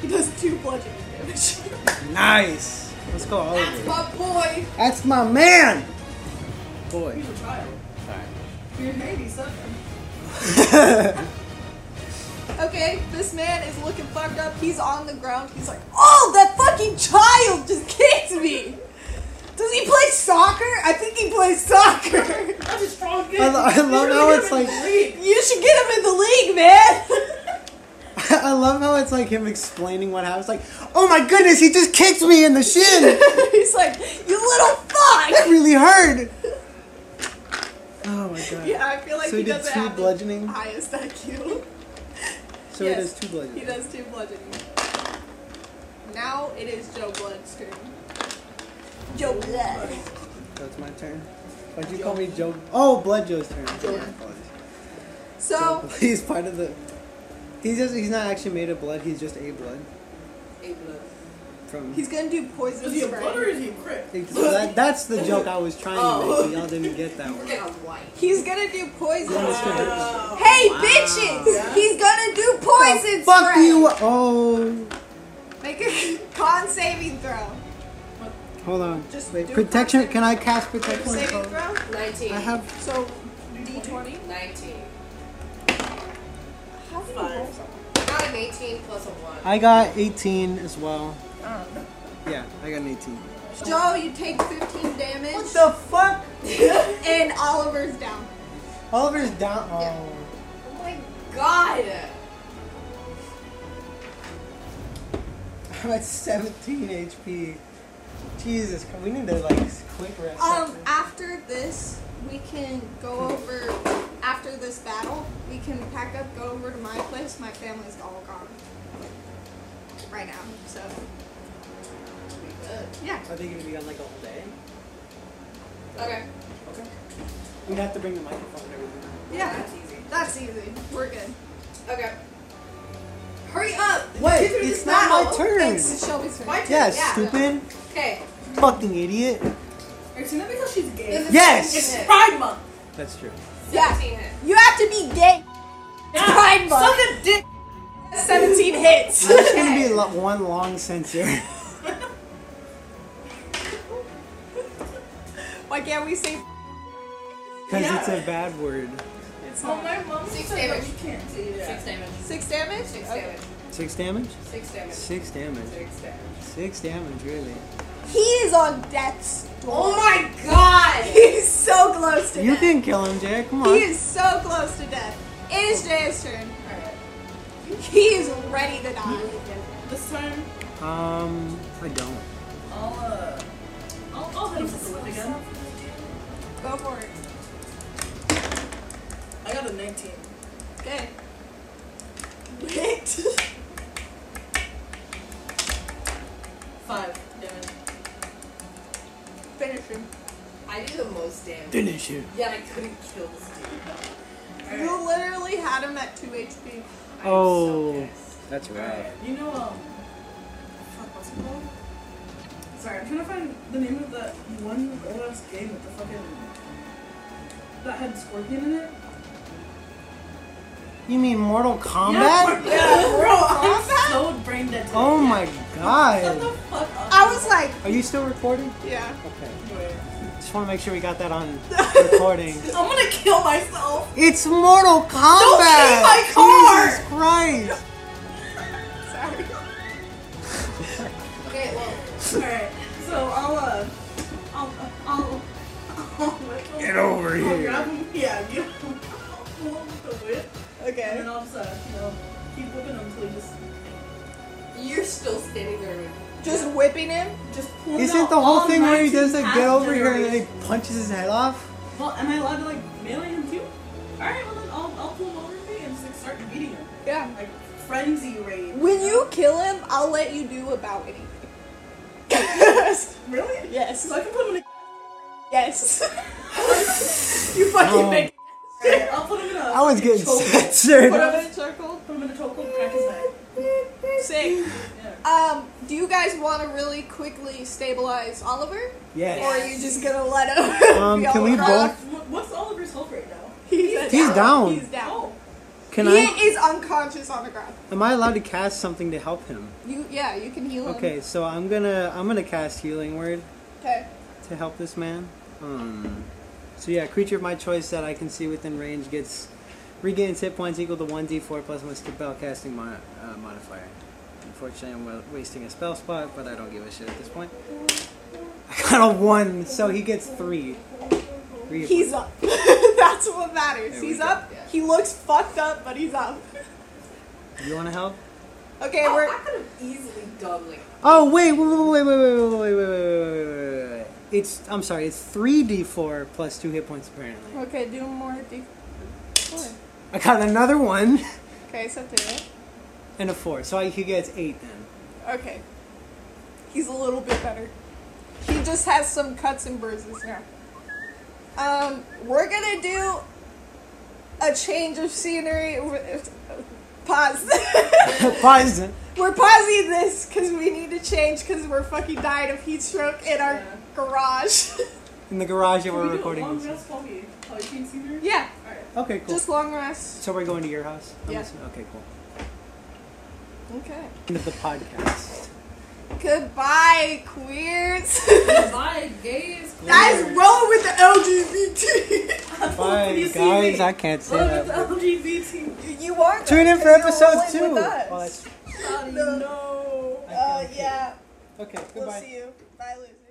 he does two bludgeoning damage. [LAUGHS] nice. Let's go, Oliver. That's my boy. That's my man. Boy. He's a child. Sorry. You're an 87. Okay, this man is looking fucked up. He's on the ground. He's like, oh, that fucking child just kicked me. Does he play soccer? I think he plays soccer. [LAUGHS] That's a strong game. I, lo- I love how it's like [LAUGHS] You should get him in the league, man. [LAUGHS] I love how it's like him explaining what happened. It's like, oh my goodness, he just kicked me in the shin. He's like, you little That fuck. really hurt. Oh my god. Yeah, I feel like so he he did doesn't two have the bludgeoning. highest IQ. yes. So he does two He bludgeoning. does two bludgeoning. Now it is Joe Blood's turn. Joe Blood. So it's my turn. Why'd you call me Joe? Oh, Blood Joe's turn. Yeah. So He's part of the. He's just, he's not actually made of blood. He's just a blood A blood. from. he's gonna do poison Is he a blood or spray. is he a crit? so that, that's the joke I was trying to Oh. make. but Y'all didn't get [LAUGHS] that one. Get a white. He's gonna do poison spray. Wow. Hey bitches! He's gonna do poison Fuck spray. you! Oh, Make a [LAUGHS] con saving throw. hold on. Just Wait, do protection. protection. Can I cast protection? Saving throw. 19. I have. So d20. 19. How do you Five. roll something? Now I'm 18 plus a 1. I got 18 as well. Oh. Yeah, I got an 18. Joe, you take 15 damage. What the fuck? [LAUGHS] and Oliver's down. Oliver's down. Oh. [LAUGHS] oh my god! I'm at 17 HP. Jesus, Christ, we need to like quick rest. Um, after this, we can go over. After this battle, we can pack up, go over to my place. My family's all gone right now, so Uh, yeah. Are they gonna be on like all day? Okay. Okay. We'd have to bring the microphone and everything. Yeah. That's easy. That's easy. We're good. Okay. Hurry up! Wait, Get through it's this not my battle. turn. Thanks to Shelby's turn. My turn. Yeah, yeah. stupid, Okay. fucking idiot. It's not because she's gay. This is Yes! It's It's Pride Month. That's true. Yeah. 17 hit. You have to be gay. Pride month. Suck a dick. 17 hits. There's gonna be a lo- one long [LAUGHS] censor. Why can't we say? Because it's a bad word. Oh, my mom Six said that damage. we can't say that. Six damage. Six damage? Six Okay. damage. Six damage? Six damage. Six damage. Six damage. Six damage, really. He is on death's door. Oh my [LAUGHS] god! He's so close to You death. can kill him, Jack. Come He on. is so close to death. It is Jay's turn. He is ready to die. This time, Um, I don't. I'll, uh, I'll, I'll hit him with the whip again. Go for it. I got a 19. Okay. Wait. [LAUGHS] Five damage. Finish him. I do the most damage. Finish him. Yet I couldn't kill this dude. You literally had him at 2 HP. I'm Oh. So pissed. That's Alright, you know, um, fuck, what's it called? Sorry, I'm trying to find the name of that one old ass game with the fucking. that had Scorpion in it? You mean Mortal Kombat? Yeah, yeah, [LAUGHS] bro, I'm Kombat? so brain dead. today. Oh my Shut the god. fuck up. I was like, Are you still recording? yeah. Okay. Anyway, Just want to make sure we got that on recording. I'm gonna kill myself. It's Mortal Kombat! my car! Jesus Christ! Sorry. Okay, well, Alright, so I'll, uh, I'll, I'll, I'll, [LAUGHS] Get over I'll here. grab him. Yeah, [LAUGHS] get him. I'll pull him with the whip, and Okay. then I'll just, uh, you know, keep whipping him until he just, you're still standing there with Just whipping him? just pull him Isn't out the whole all thing where he 19 does that get over here and then passengers. he punches his head off? Well, am I allowed to like melee him too? Alright, well then I'll, I'll pull him over to me and just like start beating him. Yeah. Like frenzy rage. When you kill him, I'll let you do about anything. Really? [LAUGHS] yes. So I can put [LAUGHS] him in Yes. [LAUGHS] you fucking No. make a Alright, [LAUGHS] I'll put him in a I was getting choke- Put [LAUGHS] [LAUGHS] censored. him in a circle. put him in a chokehold, crack his neck. Sick. [LAUGHS] Yeah. Um, do you guys want to really quickly stabilize Oliver? Or Yes. are you just gonna let him? [LAUGHS] Um, be can all we rough? both- What- What's Oliver's health right now? [LAUGHS] He's, He's down. He's down. Oh. Can he I? is unconscious on the ground. Am I allowed to cast something to help him? You, yeah, you can heal him. Okay, so I'm gonna I'm gonna cast Healing Word Okay. to help this man. Um, So yeah, creature of my choice that I can see within range gets regains hit points equal to one d4 plus my spell casting mon- uh, modifier. Unfortunately, I'm wa- wasting a spell spot, but I don't give a shit at this point. [LAUGHS] I got a one, so he gets three. three He's up. [LAUGHS] That's what matters. There we He's go. up. He looks fucked up, but he's up. [LAUGHS] You want to help? Okay, Oh, we're. I could have easily done like Oh wait, wait, wait, wait, wait, wait, wait, wait, wait, wait, wait, wait, wait. It's I'm sorry, it's three d4 plus two hit points apparently. Okay, do more d I got another one [LAUGHS] Okay, so do it. and a four, so I, he gets eight then. [LAUGHS] Okay. He's a little bit better. He just has some cuts and bruises now. Um, we're gonna do a change of scenery. Pause. [LAUGHS] Pause. we're pausing this because we need to change because we're fucking dying of heat stroke in our Yeah. garage. [LAUGHS] In the garage that Can we we're do a long recording this. rest while we- while we change scenery? yeah, Alright. Okay, cool. just long rest. so we're going to your house? I'm Yeah. listening. Okay, cool. Okay. End of the [LAUGHS] podcast. Goodbye, queers. Bye, gays. [LAUGHS] Guys, roll with the LGBT. Bye, see guys. me. I can't say Look at the that. LGBT. [LAUGHS] you are. Tune in for episode two. Oh, Oh, that's- Oh, no. I Uh, can't. yeah. okay, We'll goodbye. see you. Bye, Liz.